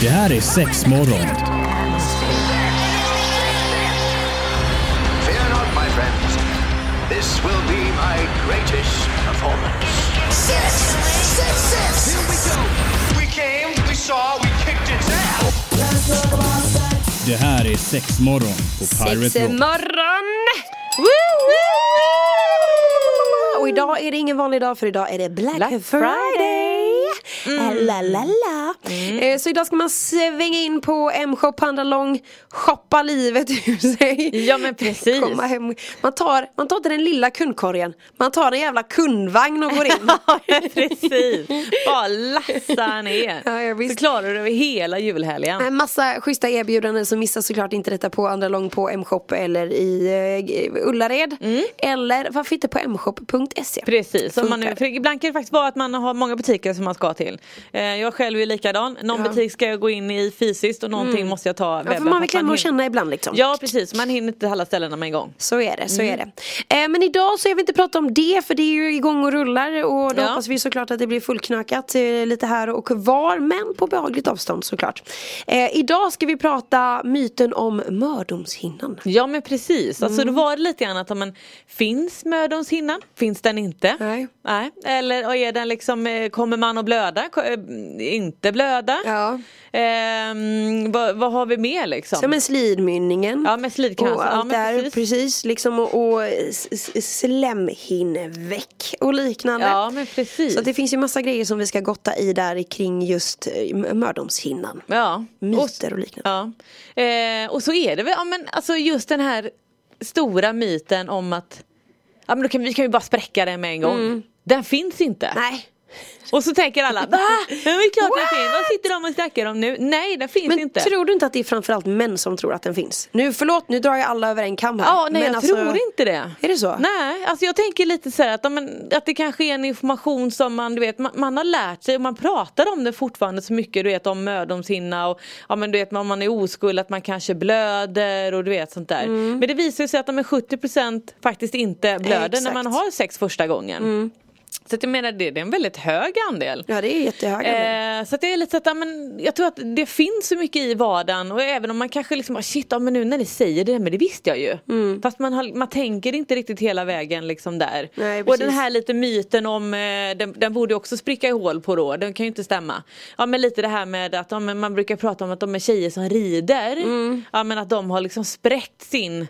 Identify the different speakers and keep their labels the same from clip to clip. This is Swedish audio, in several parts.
Speaker 1: Det här är sex morgon.
Speaker 2: Fear not, my friends. This will be my greatest performance.
Speaker 3: Six, six, six.
Speaker 2: We came, we saw, we kicked its ass.
Speaker 1: Det här är sex morgon på
Speaker 4: Sex
Speaker 1: Pirate Rock.
Speaker 4: morgon! Woo, woo, woo!
Speaker 5: Och idag är det ingen vanlig dag för idag är det Black,
Speaker 4: Black
Speaker 5: Friday. Eh, La, la, la. Eh, Så idag ska man svänga in på M-shop Pandalong, shoppa livet ur sig.
Speaker 4: Ja, men precis.
Speaker 5: Komma hem. Man, tar, man tar inte den lilla kundkorgen, man tar en jävla kundvagn och går in.
Speaker 4: Ja, precis. Bara lassa ner.
Speaker 5: Ja, ja, visst.
Speaker 4: så klarar du det hela julhelgen.
Speaker 5: En Eh, massa schyssta erbjudanden så missa såklart inte detta på Andra Lång på M-shop eller i eh, Ullared.
Speaker 4: Mm.
Speaker 5: Eller varför inte på mshop.se.
Speaker 4: Precis, om man nu,
Speaker 5: Funkar.
Speaker 4: för ibland kan det faktiskt vara att man har många butiker som man ska till. Eh, jag själv är likadan, någon butik ska jag gå in i fysiskt och någonting måste jag ta
Speaker 5: Mm. Ja,
Speaker 4: webben.
Speaker 5: för man
Speaker 4: för
Speaker 5: vill
Speaker 4: att
Speaker 5: klämma och
Speaker 4: hinner-
Speaker 5: känna ibland liksom.
Speaker 4: Ja Mm. precis, man hinner inte alla ställena med en gång.
Speaker 5: Så är det, så är det. Eh, men idag så jag vill inte prata om det för det är ju igång och rullar och då
Speaker 4: Ja.
Speaker 5: hoppas vi såklart att det blir fullknökat eh, lite här och var men på behagligt avstånd såklart. Eh, idag ska vi prata myten om mördomshinnan.
Speaker 4: Ja men precis, alltså
Speaker 5: Mm.
Speaker 4: då var det lite grann att ja, men, finns mödomshinnan? Finns den inte?
Speaker 5: Nej.
Speaker 4: Nej. Eller och är den liksom, eh, kommer man att blöda? Ko- eh, Inte blöda?
Speaker 5: Ja.
Speaker 4: Ehm, vad, vad har vi mer liksom?
Speaker 5: Som en slidmynningen.
Speaker 4: Ja, men slidcancer.
Speaker 5: Och
Speaker 4: Ja,
Speaker 5: allt
Speaker 4: men
Speaker 5: där,
Speaker 4: precis.
Speaker 5: precis. liksom och, och s- s- slemhinneväck och liknande.
Speaker 4: Ja men precis.
Speaker 5: Så att det finns ju massa grejer som vi ska gotta i där kring just eh, m- mördomshinnan.
Speaker 4: Ja.
Speaker 5: Myter och liknande.
Speaker 4: Ja. Eh, och så är det väl, ja, men alltså just den här stora myten om att ja, men då kan, vi kan ju bara spräcka den med en gång.
Speaker 5: Mm.
Speaker 4: Den finns inte.
Speaker 5: Nej.
Speaker 4: Och så tänker alla, va? Ja, Men det är klart den
Speaker 5: What?
Speaker 4: finns, vad sitter de och snackar om nu? Nej den finns
Speaker 5: Men
Speaker 4: inte.
Speaker 5: tror du inte att det är framförallt män som tror att den finns? Nu förlåt, nu drar jag alla över en kam här.
Speaker 4: Ja,
Speaker 5: Men
Speaker 4: nej jag
Speaker 5: alltså-
Speaker 4: tror inte det.
Speaker 5: Är det så?
Speaker 4: Nej, alltså jag tänker lite så här att, ja, men, att det kanske är en information som man, du vet, man, man har lärt sig och man pratar om det fortfarande så mycket, du vet om mödomshinna och ja men du vet om man är oskuld att man kanske blöder och du vet sånt där.
Speaker 5: Mm.
Speaker 4: Men det visar ju sig att de är 70% faktiskt inte blöder när
Speaker 5: Exakt. Mm.
Speaker 4: man har sex första gången. Så att jag menar det, det är en väldigt hög andel.
Speaker 5: Ja, det är jättehöga män.
Speaker 4: Eh, så att det är lite så att, ja, men jag tror att det finns så mycket i vardagen och även om man kanske liksom, "Ah, shit, ja, men nu när ni säger det, men det visste jag ju.
Speaker 5: Mm.
Speaker 4: Fast man, har, man tänker inte riktigt hela vägen liksom där.
Speaker 5: Nej,
Speaker 4: och
Speaker 5: precis.
Speaker 4: den här lite myten om, eh, den, den borde ju också spricka i hål på då, den kan ju inte stämma. Ja men lite det här med att ja, men man brukar prata om att de är tjejer som rider, ja men att de har liksom spräckt sin
Speaker 5: Mm.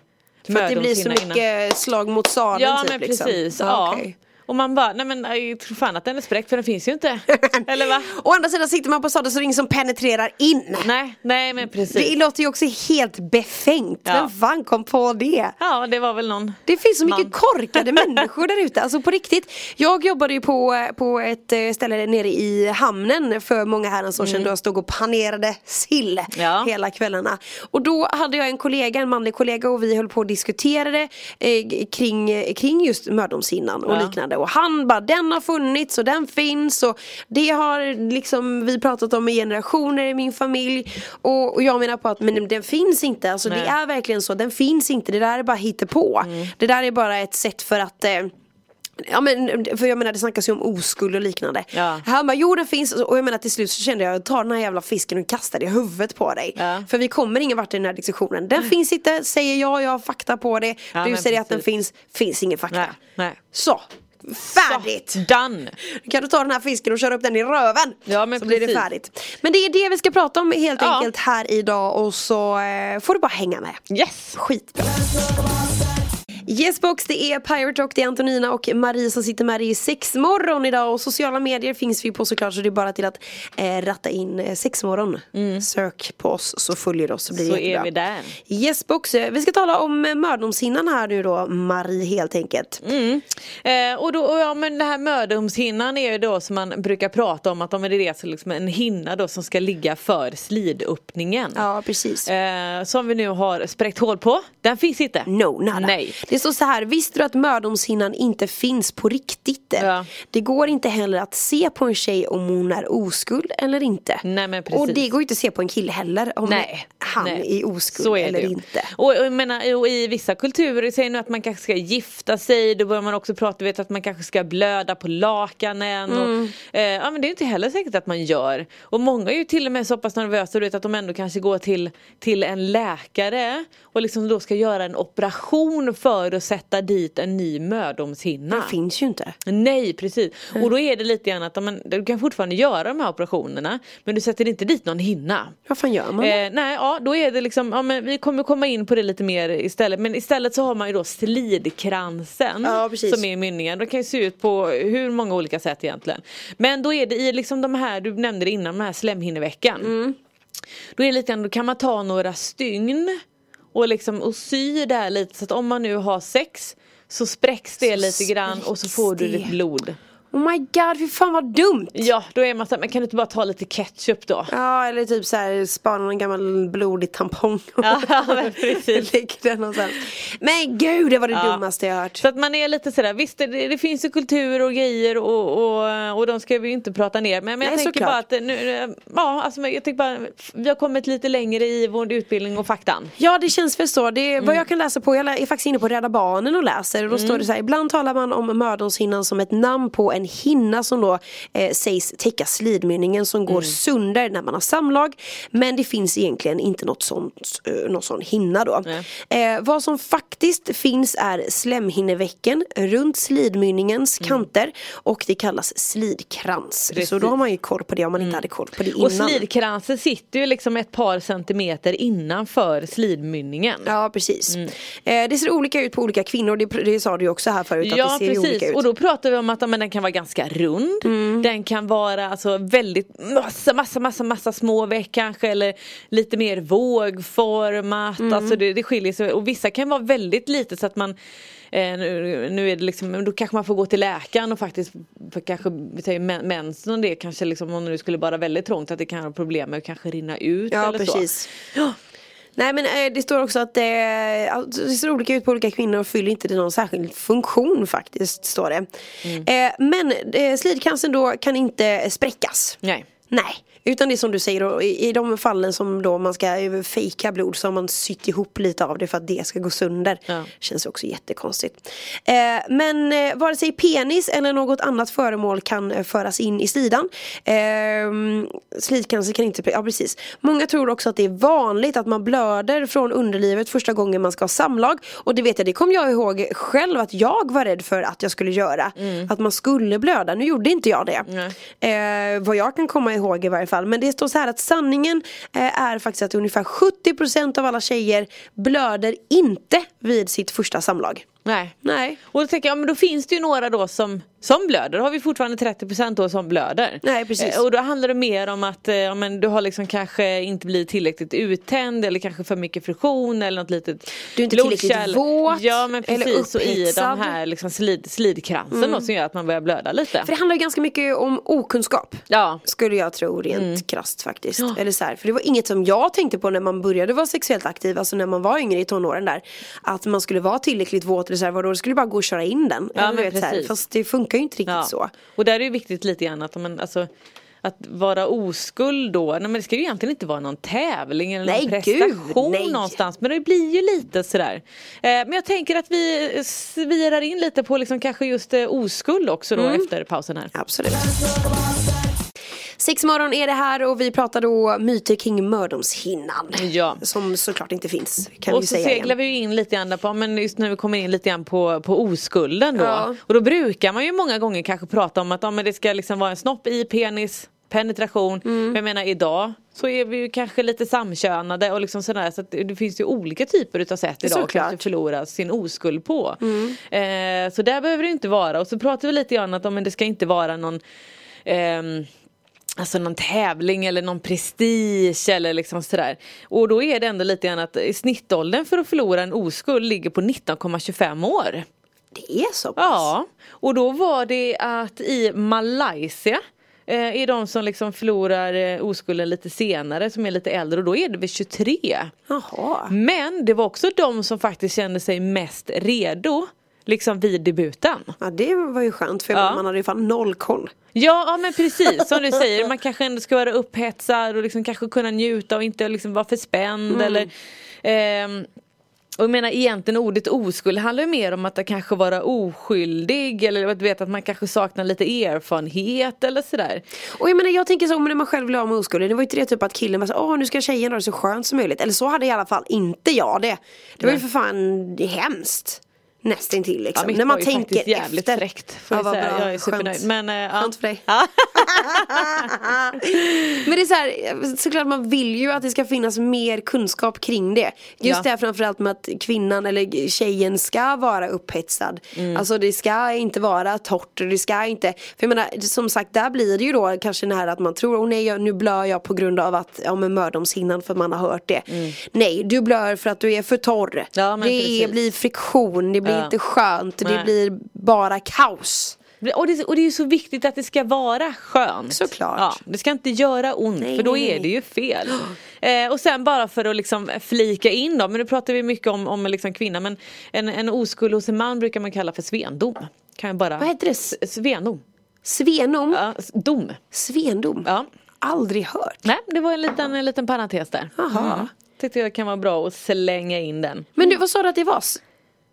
Speaker 5: För att det blir så
Speaker 4: mödomshinna innan.
Speaker 5: mycket slag mot sadeln
Speaker 4: Ja
Speaker 5: typ,
Speaker 4: men
Speaker 5: liksom.
Speaker 4: precis, ja.
Speaker 5: okej.
Speaker 4: Och man bara, nej men jag tror fan att den är spräckt för den finns ju inte. Eller va?
Speaker 5: Å andra sidan sitter man på sadeln så är det ingen som penetrerar in.
Speaker 4: Nej, nej men
Speaker 5: Det
Speaker 4: precis.
Speaker 5: låter ju också helt befängt.
Speaker 4: Ja.
Speaker 5: Vem fan kom på det?
Speaker 4: Ja, det var väl någon.
Speaker 5: Det finns så mycket
Speaker 4: Man.
Speaker 5: korkade människor där ute, alltså på riktigt. Jag jobbade ju på, på ett eh, ställe nere i hamnen för många herrans år sedan då jag stod och panerade sill
Speaker 4: Mm. Ja.
Speaker 5: hela kvällarna. Och då hade jag en kollega, en manlig kollega och vi höll på och diskuterade eh, kring, eh, kring just mördomshinnan och
Speaker 4: Ja.
Speaker 5: liknande. Och han bara, den har funnits och den finns och det har liksom vi pratat om i generationer i min familj. Och, och jag menar på att men den finns inte, alltså
Speaker 4: Nej. Mm.
Speaker 5: det är verkligen så, den finns inte, det där är bara hittepå. Det där är bara ett sätt för att eh, Ja men för jag menar det snackas ju om oskuld och liknande.
Speaker 4: Ja.
Speaker 5: Han bara jo den finns och jag menar till slut så kände jag ta den här jävla fisken och kasta det i huvudet på dig.
Speaker 4: Ja. Mm.
Speaker 5: För vi kommer ingen vart i den här diskussionen. Den finns inte, säger jag, jag har fakta på det.
Speaker 4: Ja,
Speaker 5: du
Speaker 4: men
Speaker 5: säger att den
Speaker 4: precis.
Speaker 5: finns, finns ingen fakta.
Speaker 4: Nej, nej.
Speaker 5: Så, färdigt!
Speaker 4: Så, done!
Speaker 5: Nu kan du ta den här fisken och köra upp den i röven.
Speaker 4: Ja, men
Speaker 5: så blir
Speaker 4: precis.
Speaker 5: det färdigt. Men det är det vi ska prata om helt
Speaker 4: Ja.
Speaker 5: enkelt här idag och så eh, får du bara hänga med.
Speaker 4: Yes!
Speaker 5: Skitbra. Yes box, det är Pirate Rock, det är Antonina och Marie som sitter med dig i sexmorgon idag och sociala medier finns vi på såklart så det är bara till att eh, ratta in eh, sexmorgon. Sök på oss så följer du oss så blir det
Speaker 4: Mm. Så
Speaker 5: jättebra.
Speaker 4: är vi där.
Speaker 5: Yes box, eh, vi ska tala om eh, mördomshinnan här nu då Marie helt enkelt.
Speaker 4: Mm. Eh, och då, och ja, men det här mödomshinnan är ju då som man brukar prata om att om det är det, så liksom en hinna då som ska ligga för slidöppningen.
Speaker 5: Ja precis.
Speaker 4: Eh, som vi nu har spräckt hål på. Den finns inte.
Speaker 5: No, nada.
Speaker 4: Nej.
Speaker 5: Det är Alltså så här, visste du att mördomshinnan inte finns på riktigt?
Speaker 4: Ja.
Speaker 5: Det går inte heller att se på en tjej om hon är oskuld eller inte.
Speaker 4: Nej, men
Speaker 5: och
Speaker 4: precis.
Speaker 5: det går ju inte att se på en kille heller om
Speaker 4: Nej,
Speaker 5: han
Speaker 4: nej.
Speaker 5: är oskuld
Speaker 4: Så är
Speaker 5: eller
Speaker 4: det ju.
Speaker 5: inte.
Speaker 4: Och, och, jag menar, och i vissa kulturer säger nu att man kanske ska gifta sig, då börjar man också prata vet, att man kanske ska blöda på lakanen.
Speaker 5: Mm.
Speaker 4: Och, eh, ja, men det är inte heller säkert att man gör. Och många är ju till och med så pass nervösa du vet, att de ändå kanske går till, till en läkare och liksom då ska göra en operation för att sätta dit en ny mödomshinna.
Speaker 5: Det Mm. finns ju inte.
Speaker 4: Nej precis. Och då är det lite grann att ja, men, du kan fortfarande göra de här operationerna men du sätter inte dit någon hinna.
Speaker 5: Vad fan gör man?
Speaker 4: Eh, nej, ja, då är det liksom, ja, men vi kommer komma in på det lite mer istället. Men istället så har man ju då slidkransen
Speaker 5: Ja, precis.
Speaker 4: som är i mynningen. Den kan ju se ut på hur många olika sätt egentligen. Men då är det i liksom de här, du nämnde det innan, de här slemhinneveckan.
Speaker 5: Mm.
Speaker 4: Då är det lite grann, då kan man ta några stygn och, liksom, och sy där lite så att om man nu har sex så spräcks det lite grann och så
Speaker 5: spräcks
Speaker 4: får du
Speaker 5: det.
Speaker 4: ditt blod.
Speaker 5: Oh my god, fy fan vad dumt!
Speaker 4: Ja, då är man såhär, men kan du inte bara ta lite ketchup då?
Speaker 5: Ja eller typ så här spana någon gammal blodig tampong
Speaker 4: Ja, men precis.
Speaker 5: Ligger där någonstans. Men gud det var det
Speaker 4: Ja.
Speaker 5: dummaste jag hört
Speaker 4: Så att man är lite sådär, visst det, det finns ju kultur och grejer och, och, och de ska vi ju inte prata ner. Men, men jag
Speaker 5: Nej,
Speaker 4: tänker
Speaker 5: såklart.
Speaker 4: bara att nu, ja, alltså, men jag tänker bara, vi har kommit lite längre i vår utbildning och faktan.
Speaker 5: Ja det känns väl så, det är
Speaker 4: Mm.
Speaker 5: vad jag kan läsa på, jag lä- är faktiskt inne på Rädda Barnen och läser och då står det så här, ibland talar man om mördomshinnan som ett namn på en hinna som då eh, sägs täcka slidmynningen som
Speaker 4: Mm.
Speaker 5: går sönder när man har samlag men det finns egentligen inte något sånt, eh, någon sån hinna då. Eh, vad som faktiskt finns är slemhinnevecken runt slidmynningens kanter och det kallas slidkrans. Så
Speaker 4: Mm. Precis. Mm.
Speaker 5: då har man ju koll på det om man inte hade koll på det innan.
Speaker 4: Och slidkransen sitter ju liksom ett par centimeter innanför slidmynningen.
Speaker 5: Ja precis.
Speaker 4: Mm.
Speaker 5: Eh, det ser olika ut på olika kvinnor, det, det sa du ju också här förut att
Speaker 4: Ja
Speaker 5: det ser ju olika
Speaker 4: precis
Speaker 5: ut. Mm.
Speaker 4: och då pratar vi om att ja, men den kan vara ganska rund Den kan vara alltså väldigt massa massa massa massa små veck kanske eller lite mer vågformat
Speaker 5: Mm.
Speaker 4: Alltså det, det skiljer sig och vissa kan vara väldigt lite så att man eh, nu, nu är det liksom, men då kanske man får gå till läkaren och faktiskt för kanske vi säger men- mensen och det kanske liksom om det skulle vara väldigt trångt att det kan ha problem med att kanske rinna ut
Speaker 5: ja
Speaker 4: eller så.
Speaker 5: precis. Nej men eh, det står också att eh, att det ser olika ut på olika kvinnor och fyller inte någon särskild funktion faktiskt står det.
Speaker 4: Mm.
Speaker 5: Eh, men eh, slidcancern då kan inte spräckas.
Speaker 4: Nej.
Speaker 5: Nej, utan det är som du säger då, i, i de fallen som då man ska eh, fejka blod så har man sytt ihop lite av det för att det ska gå sönder.
Speaker 4: Ja.
Speaker 5: Känns också jättekonstigt. Eh, men eh, vare sig penis eller något annat föremål kan eh, föras in i slidan. Eh, slidcancer kan inte, ja precis. Många tror också att det är vanligt att man blöder från underlivet första gången man ska ha samlag. Och det vet jag, det kom jag ihåg själv att jag var rädd för att jag skulle göra. Att man skulle blöda, nu gjorde inte jag det. Eh, vad jag kan komma ihåg i varje fall. Men det står så här att sanningen eh, är faktiskt att ungefär 70% av alla tjejer blöder inte vid sitt första samlag.
Speaker 4: Nej.
Speaker 5: Nej.
Speaker 4: Och då tänker jag, ja, men då finns det ju några då som, som blöder. Då har vi fortfarande 30% då som blöder.
Speaker 5: Nej, precis.
Speaker 4: Eh, Och då handlar det mer om att eh, ja, men du har liksom kanske inte blivit tillräckligt uttänd eller kanske för mycket friktion eller något litet
Speaker 5: Du är inte tillräckligt
Speaker 4: blodkärl.
Speaker 5: våt
Speaker 4: Ja men
Speaker 5: eller
Speaker 4: precis. Och i
Speaker 5: upphetsad. Mm.
Speaker 4: de här liksom slid, slidkransen då, som gör att man börjar blöda lite.
Speaker 5: För det handlar ju ganska mycket om okunskap.
Speaker 4: Ja. Mm.
Speaker 5: Skulle jag tro rent krasst faktiskt. Eller så här, för det var inget som jag tänkte på när man började vara sexuellt aktiv, alltså när man var yngre i tonåren där. Att man skulle vara tillräckligt våt eller så här, vadå, det skulle bara gå och köra in den.
Speaker 4: Ja,
Speaker 5: eller, du
Speaker 4: men
Speaker 5: vet, så här,
Speaker 4: precis.
Speaker 5: fast det funkar ju inte riktigt så.
Speaker 4: Och där är det viktigt lite grann att, men, alltså, att vara oskuld då, nej, men det ska ju egentligen inte vara någon tävling eller
Speaker 5: Nej,
Speaker 4: någon
Speaker 5: gud,
Speaker 4: prestation
Speaker 5: nej.
Speaker 4: någonstans men det blir ju lite sådär. Eh, men jag tänker att vi eh, svirar in lite på liksom kanske just eh, oskuld också då
Speaker 5: Mm.
Speaker 4: efter pausen här.
Speaker 5: Absolut. Sexmorgon är det här och vi pratar då myter kring mördomshinnan.
Speaker 4: Ja.
Speaker 5: Som såklart inte finns kan
Speaker 4: och
Speaker 5: vi
Speaker 4: så
Speaker 5: säga
Speaker 4: seglar
Speaker 5: igen.
Speaker 4: vi ju in lite grann där på, men just när vi kommer in lite grann på, på oskulden då.
Speaker 5: Ja.
Speaker 4: Och då brukar man ju många gånger kanske prata om att ja, men det ska liksom vara en snopp i penis, penetration. Men jag menar idag så är vi ju kanske lite samkönade och liksom sådär så att det det finns ju olika typer utav sätt idag att
Speaker 5: Såklart.
Speaker 4: kanske förlora sin oskuld på. Eh, så där behöver det inte vara och så pratar vi lite grann att ja, men det ska inte vara någon ehm, Alltså någon tävling eller någon prestige eller liksom sådär. Och då är det ändå lite grann att snittåldern för att förlora en oskuld ligger på 19,25 år.
Speaker 5: Det är så pass.
Speaker 4: Ja, och då var det att i Malaysia eh, är de som liksom förlorar eh, oskulden lite senare som är lite äldre och då är det vid 23.
Speaker 5: Jaha.
Speaker 4: Men det var också de som faktiskt kände sig mest redo liksom vid debuten.
Speaker 5: Ja det var ju skönt för jag
Speaker 4: Ja.
Speaker 5: menar, man hade ju fan noll koll.
Speaker 4: Ja, ja men precis som du säger, man kanske ändå ska vara upphetsad och liksom kanske kunna njuta och inte liksom vara för spänd eller ehm, och jag menar egentligen ordet oskuld handlar ju mer om att det kanske vara oskyldig eller att, du vet, att man kanske saknar lite erfarenhet eller sådär.
Speaker 5: Och jag menar jag tänker så men när man själv blev av med oskulden Det var ju inte det typ att killen bara så, åh nu ska tjejen ha det så skönt som möjligt Eller så hade i alla fall inte jag det Det var ju för fan hemskt Nästintill liksom
Speaker 4: mitt
Speaker 5: När man
Speaker 4: var ju
Speaker 5: tänker
Speaker 4: faktiskt jävligt
Speaker 5: efter
Speaker 4: fräckt. Får jag,
Speaker 5: vad
Speaker 4: säga.
Speaker 5: bra.
Speaker 4: jag är supernöjd.
Speaker 5: Skönt.
Speaker 4: Men, eh, ja.
Speaker 5: Skönt för dig.
Speaker 4: Ja.
Speaker 5: Men det är så här, såklart man vill ju att det ska finnas mer kunskap kring det. Just
Speaker 4: Ja.
Speaker 5: det här framförallt med att kvinnan eller tjejen ska vara upphetsad.
Speaker 4: Mm.
Speaker 5: Alltså det ska inte vara torrt och det ska inte, för jag menar som sagt där blir det ju då kanske den här att man tror, oh nej jag- nu blör jag på grund av att, ja men mördomshinnan för man har hört det. Nej, du blör för att du är för torr.
Speaker 4: Mm. Ja, men
Speaker 5: det
Speaker 4: precis.
Speaker 5: blir friktion, det blir
Speaker 4: Ja.
Speaker 5: inte skönt, det
Speaker 4: Nej.
Speaker 5: blir bara kaos.
Speaker 4: Och det, och det är ju så viktigt att det ska vara skönt.
Speaker 5: Såklart.
Speaker 4: Ja, det ska inte göra ont
Speaker 5: Nej,
Speaker 4: för då
Speaker 5: nej,
Speaker 4: är
Speaker 5: nej.
Speaker 4: det ju fel. Eh, och sen bara för att liksom flika in då, men nu pratar vi mycket om, om liksom kvinna men en, en oskuld hos en man brukar man kalla för svendom. Kan jag bara...
Speaker 5: Vad heter det? S-
Speaker 4: S- Svendom.
Speaker 5: Svenom?
Speaker 4: Ja, s- dom.
Speaker 5: Svendom?
Speaker 4: Ja.
Speaker 5: Aldrig hört.
Speaker 4: Nej, det var en liten, en liten parentes där. Mm.
Speaker 5: Jaha.
Speaker 4: Tyckte jag kan vara bra att slänga in den.
Speaker 5: Men du, vad sa du att det var? S-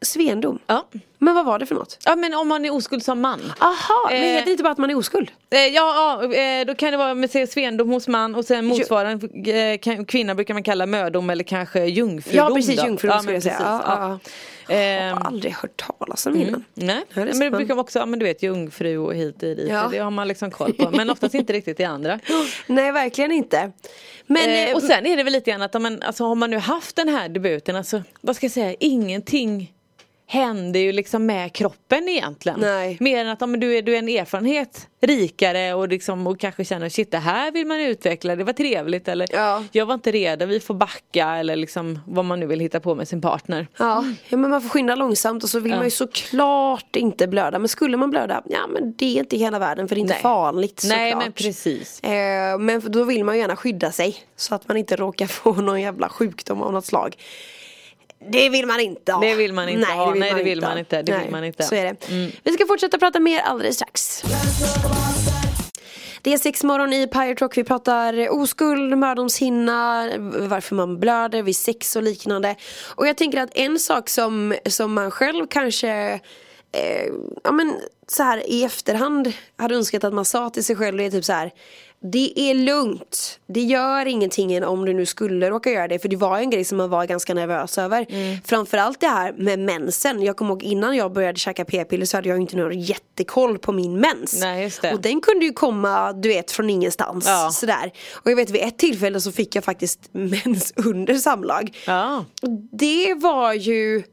Speaker 5: Svendom?
Speaker 4: Ja.
Speaker 5: Men vad var det för något?
Speaker 4: ja, men om man är oskuld som man.
Speaker 5: Aha, men
Speaker 4: Eh.
Speaker 5: heter det inte bara att man är oskuld?
Speaker 4: Eh, ja, ja, eh, då kan det vara med svendom hos man och sen motsvarande eh, kan- kvinna brukar man kalla mödom eller kanske jungfrudom.
Speaker 5: Ja, precis,
Speaker 4: då.
Speaker 5: jungfrudom skulle
Speaker 4: men
Speaker 5: jag säga.
Speaker 4: precis,
Speaker 5: Ja,
Speaker 4: ja.
Speaker 5: Jag
Speaker 4: Ehm, Mm.
Speaker 5: har aldrig hört talas om innan. Ja, det är
Speaker 4: Nej, men det
Speaker 5: spännande.
Speaker 4: brukar också, ja, men du vet jungfru och hit och dit,
Speaker 5: Ja.
Speaker 4: det har man liksom koll på. Men oftast inte riktigt det andra.
Speaker 5: Nej, verkligen inte. Men,
Speaker 4: Mm. Eh,
Speaker 5: eh,
Speaker 4: och sen är det väl lite grann att ja, men, alltså, har man nu haft den här debuten, alltså, vad ska jag säga, ingenting händer ju liksom med kroppen egentligen.
Speaker 5: Nej.
Speaker 4: Mer än att ja, men du, är, du är en erfarenhet rikare och, liksom, och kanske känner shit det här vill man utveckla, det var trevligt eller
Speaker 5: Ja.
Speaker 4: jag var inte redo, vi får backa eller liksom vad man nu vill hitta på med sin partner.
Speaker 5: ja, ja, men man får skynda långsamt och så vill man ju såklart inte blöda. Men skulle man blöda, ja men det är inte hela världen för det är inte
Speaker 4: Nej.
Speaker 5: farligt såklart.
Speaker 4: Nej men precis.
Speaker 5: Eh, Men då vill man ju gärna skydda sig så att man inte råkar få någon jävla sjukdom av något slag. Det vill man inte ha.
Speaker 4: Det vill man inte ha. Nej, det vill man
Speaker 5: ha.
Speaker 4: inte. Det vill man inte. Mm.
Speaker 5: Så är det. Vi ska fortsätta prata mer alldeles strax. Det är sex morgon i Pirate Rock. Vi pratar oskuld, mördomshinna, varför man blöder vid sex och liknande. Och jag tänker att en sak som, som man själv kanske eh, ja men så här i efterhand hade önskat att man sa till sig själv det är typ så här det är lugnt, det gör ingenting om du nu skulle råka göra det för det var ju en grej som man var ganska nervös över
Speaker 4: Mm.
Speaker 5: Framförallt det här med mensen, jag kommer ihåg innan jag började käka p-piller så hade jag ju inte någon jättekoll på min mens
Speaker 4: Nej, just det.
Speaker 5: Och den kunde ju komma du vet från ingenstans
Speaker 4: Ja.
Speaker 5: sådär Och jag vet vid ett tillfälle så fick jag faktiskt mens under samlag
Speaker 4: Ja.
Speaker 5: det var ju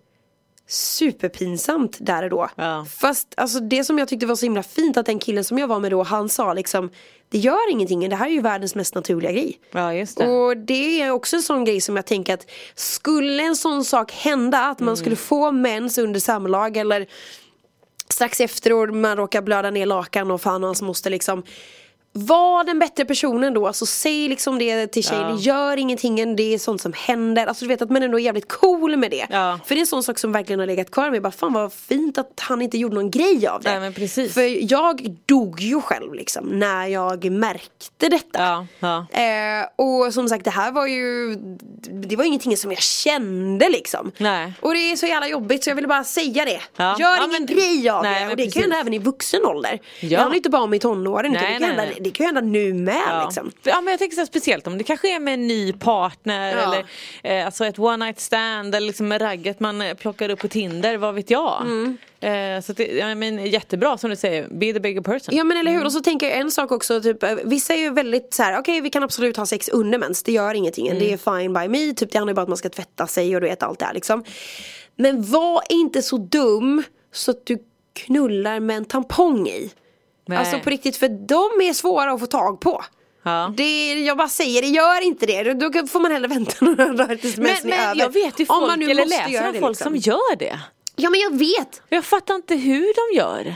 Speaker 5: superpinsamt där och då.
Speaker 4: Ja.
Speaker 5: Fast alltså, det som jag tyckte var så himla fint att den killen som jag var med då han sa liksom Det gör ingenting, det här är ju världens mest naturliga grej.
Speaker 4: ja, just det.
Speaker 5: Och det är också en sån grej som jag tänker att skulle en sån sak hända att
Speaker 4: Mm.
Speaker 5: man skulle få mens under samlag eller strax efteråt man råkar blöda ner lakan och fan och hans moster liksom var den bättre personen då, alltså säg liksom det till tjejen,
Speaker 4: Ja.
Speaker 5: det gör ingenting, det är sånt som händer. Alltså du vet att man ändå är jävligt cool med det.
Speaker 4: Ja.
Speaker 5: För det är en sån sak som verkligen har legat kvar med bara fan vad fint att han inte gjorde någon grej av det.
Speaker 4: Nej, men precis.
Speaker 5: För jag dog ju själv liksom när jag märkte detta.
Speaker 4: Ja, ja.
Speaker 5: Eh, och som sagt det här var ju Det var ingenting som jag kände liksom
Speaker 4: Nej.
Speaker 5: Och det är så jävla jobbigt så jag ville bara säga det
Speaker 4: Ja.
Speaker 5: Gör
Speaker 4: Ja,
Speaker 5: ingen
Speaker 4: men-
Speaker 5: grej av
Speaker 4: Nej,
Speaker 5: det
Speaker 4: men
Speaker 5: och det kan
Speaker 4: precis.
Speaker 5: hända även i vuxen ålder Det
Speaker 4: Ja.
Speaker 5: handlar inte bara om i tonåren utan
Speaker 4: Nej,
Speaker 5: det, kan
Speaker 4: nej,
Speaker 5: hända,
Speaker 4: nej.
Speaker 5: det kan ju hända nu med
Speaker 4: Ja.
Speaker 5: liksom
Speaker 4: ja men jag tänker så här, speciellt om det kanske är med en ny partner
Speaker 5: Ja.
Speaker 4: eller eh, alltså ett one night stand eller liksom med ragget man eh, plockar upp på Tinder, vad vet jag.
Speaker 5: Mm.
Speaker 4: Eh, så att det, jag men, jättebra som du säger, be the bigger person.
Speaker 5: Ja men eller hur, och så tänker jag en sak också, typ, eh, vissa är ju väldigt så här: okej vi kan absolut ha sex under mens, det gör ingenting,
Speaker 4: Mm.
Speaker 5: det är fine by me, typ det handlar ju bara om att man ska tvätta sig och du vet allt det här liksom Men var inte så dum så att du knullar med en tampong i
Speaker 4: Nej.
Speaker 5: Alltså på riktigt, för de är svåra att få tag på
Speaker 4: Ja.
Speaker 5: det, jag bara säger det, gör inte det. Då kan- får man hellre vänta några dagar tills
Speaker 4: Men,
Speaker 5: mensen är
Speaker 4: men
Speaker 5: över.
Speaker 4: jag vet ju folk,
Speaker 5: Om man nu
Speaker 4: eller
Speaker 5: måste
Speaker 4: läser
Speaker 5: göra
Speaker 4: om
Speaker 5: det,
Speaker 4: folk
Speaker 5: liksom.
Speaker 4: som gör det.
Speaker 5: Ja men jag vet!
Speaker 4: Jag fattar inte hur de gör.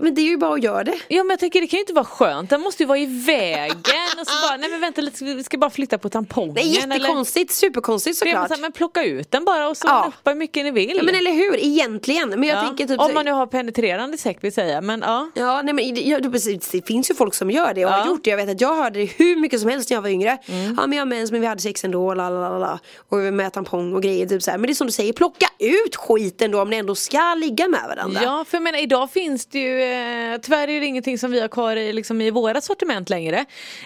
Speaker 5: Men det är ju bara att göra det.
Speaker 4: Ja men jag tänker det kan ju inte vara skönt, den måste ju vara i vägen och så bara nej men vänta lite vi ska bara flytta på tampongen
Speaker 5: Det är jättekonstigt, superkonstigt
Speaker 4: eller,
Speaker 5: såklart.
Speaker 4: men, men plocka ut den bara och så
Speaker 5: Ja.
Speaker 4: ja. hur mycket ni vill.
Speaker 5: Ja, men eller hur, egentligen. Men jag
Speaker 4: Ja.
Speaker 5: tänker typ
Speaker 4: Om
Speaker 5: så-
Speaker 4: man nu har penetrerande sex vill säga men ja.
Speaker 5: Ja, nej, men i- ja, det, precis, det finns ju folk som gör det och har
Speaker 4: Ja. Mm.
Speaker 5: gjort det. Jag vet att jag hörde det hur mycket som helst när jag var yngre. Ja men jag har mens men vi hade sex ändå, la la la la. Och med tampong och grejer typ så här. Men det är som du säger, plocka ut skiten då om ni ändå ska ligga med varandra.
Speaker 4: Ja för jag menar idag finns det ju eh, tyvärr är det ingenting som vi har kvar i, liksom, i våra sortiment längre.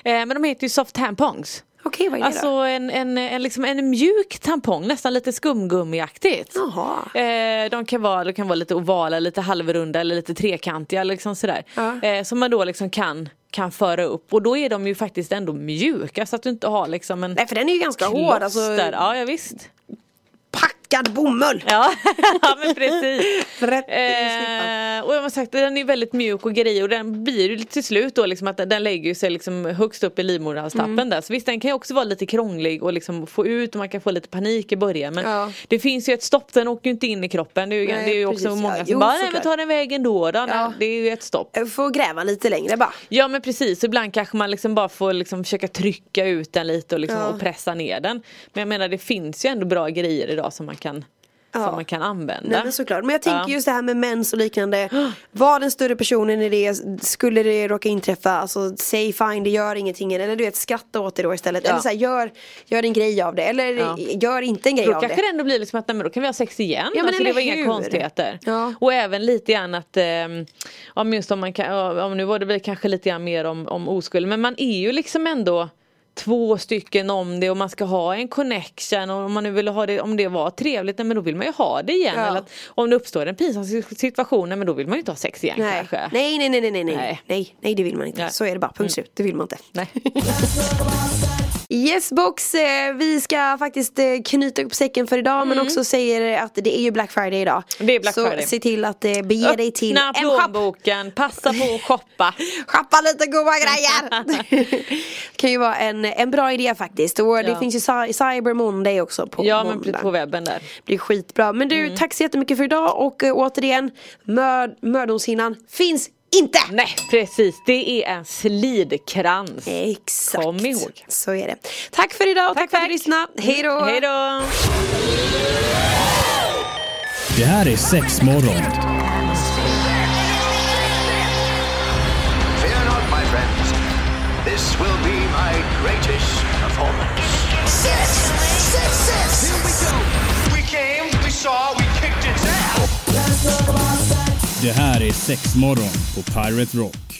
Speaker 4: Eh, men de heter ju soft tampongs.
Speaker 5: Okej, vad är det
Speaker 4: Alltså
Speaker 5: då?
Speaker 4: en, en, en, liksom en mjuk tampong, nästan lite skumgummiaktigt.
Speaker 5: Jaha.
Speaker 4: Eh, de, kan vara, de kan vara lite ovala, lite halvrunda eller lite trekantiga. Liksom sådär.
Speaker 5: Ja.
Speaker 4: Eh, som man då liksom kan, kan föra upp och då är de ju faktiskt ändå mjuka så att du inte har liksom en
Speaker 5: Nej för den är ju ganska hård, alltså
Speaker 4: där. Ja, ja visst.
Speaker 5: packad bomull.
Speaker 4: Ja, ja men precis.
Speaker 5: Rätt i snippan.
Speaker 4: Eh, och jag har sagt, den är väldigt mjuk och grej och den blir ju till slut då liksom att den, den lägger ju sig liksom högst upp i livmoderhalstappen
Speaker 5: Mm.
Speaker 4: där. Så visst den kan ju också vara lite krånglig och liksom få ut och man kan få lite panik i början. Men
Speaker 5: Ja.
Speaker 4: det finns ju ett stopp, den åker ju inte in i kroppen. Det är ju,
Speaker 5: Nej,
Speaker 4: det är ju också
Speaker 5: precis,
Speaker 4: många
Speaker 5: ja.
Speaker 4: som
Speaker 5: Jo,
Speaker 4: bara, nej men
Speaker 5: såklart.
Speaker 4: ta den vägen då. då.
Speaker 5: Ja.
Speaker 4: Nej, det är ju ett stopp.
Speaker 5: Jag Får gräva lite längre bara.
Speaker 4: Ja men precis, ibland kanske man liksom bara får liksom försöka trycka ut den lite och, liksom
Speaker 5: Ja.
Speaker 4: och pressa ner den. Men jag menar det finns ju ändå bra grejer idag som man kan,
Speaker 5: Ja.
Speaker 4: som man kan använda.
Speaker 5: Nej men såklart, men jag tänker
Speaker 4: Ja.
Speaker 5: just det här med mens och liknande Var den större personen i det, skulle det råka inträffa, alltså säg fine det gör ingenting Eller du vet skratta åt det då istället
Speaker 4: Ja.
Speaker 5: Eller så här, gör, gör en grej av det, eller
Speaker 4: Ja.
Speaker 5: gör inte en grej
Speaker 4: Då
Speaker 5: av
Speaker 4: kanske
Speaker 5: det
Speaker 4: det ändå blir liksom att nej, men då kan vi ha sex igen.
Speaker 5: Ja, men
Speaker 4: alltså, det
Speaker 5: eller
Speaker 4: var
Speaker 5: hur?
Speaker 4: inga konstigheter.
Speaker 5: Ja.
Speaker 4: Och även lite grann att ehm, om just om man kan, ja, om nu var det väl kanske lite grann mer om, om oskuld men man är ju liksom ändå två stycken om det och man ska ha en connection och om man nu vill ha det om det var trevligt nej, men då vill man ju ha det igen.
Speaker 5: Ja.
Speaker 4: Eller att, om det uppstår en pinsam si- situation nej, men då vill man ju inte ha sex igen
Speaker 5: Nej.
Speaker 4: kanske.
Speaker 5: Nej, nej, nej, nej, nej, nej,
Speaker 4: Nej.
Speaker 5: nej, nej, det vill man inte.
Speaker 4: Nej. Mm.
Speaker 5: Så är det bara, punkt slut, det vill man inte.
Speaker 4: Nej.
Speaker 5: Yes box, eh, vi ska faktiskt eh, knyta upp säcken för idag men också säger att det är ju Black Friday idag.
Speaker 4: Mm. Det är Black
Speaker 5: så
Speaker 4: Friday.
Speaker 5: se till att eh, bege dig till
Speaker 4: Öppna
Speaker 5: M-shop.
Speaker 4: plånboken, passa på att shoppa.
Speaker 5: Shoppa lite goda grejer! kan ju vara en, en bra idé faktiskt. Och det
Speaker 4: Ja.
Speaker 5: finns ju Cy- Cyber Monday också på
Speaker 4: Ja
Speaker 5: måndag.
Speaker 4: men på Mm. webben där.
Speaker 5: Det är skitbra. Men du, tack så jättemycket för idag och eh, återigen, mör- mördomshinnan finns inte!
Speaker 4: Nej precis, det är en slidkrans.
Speaker 5: Exakt.
Speaker 4: Kom ihåg.
Speaker 5: Så är det. Tack för idag och tack,
Speaker 4: Tack,
Speaker 5: för att
Speaker 4: tack.
Speaker 5: du lyssnade. Hej då!
Speaker 4: Hej då!
Speaker 1: Det här är sex morgon.
Speaker 2: Fear not, my friends. This will be my greatest performance.
Speaker 3: Six, six, six. Here we go.
Speaker 2: We came, we saw, we kicked its ass.
Speaker 1: Det här är sex morgon på Pirate Rock.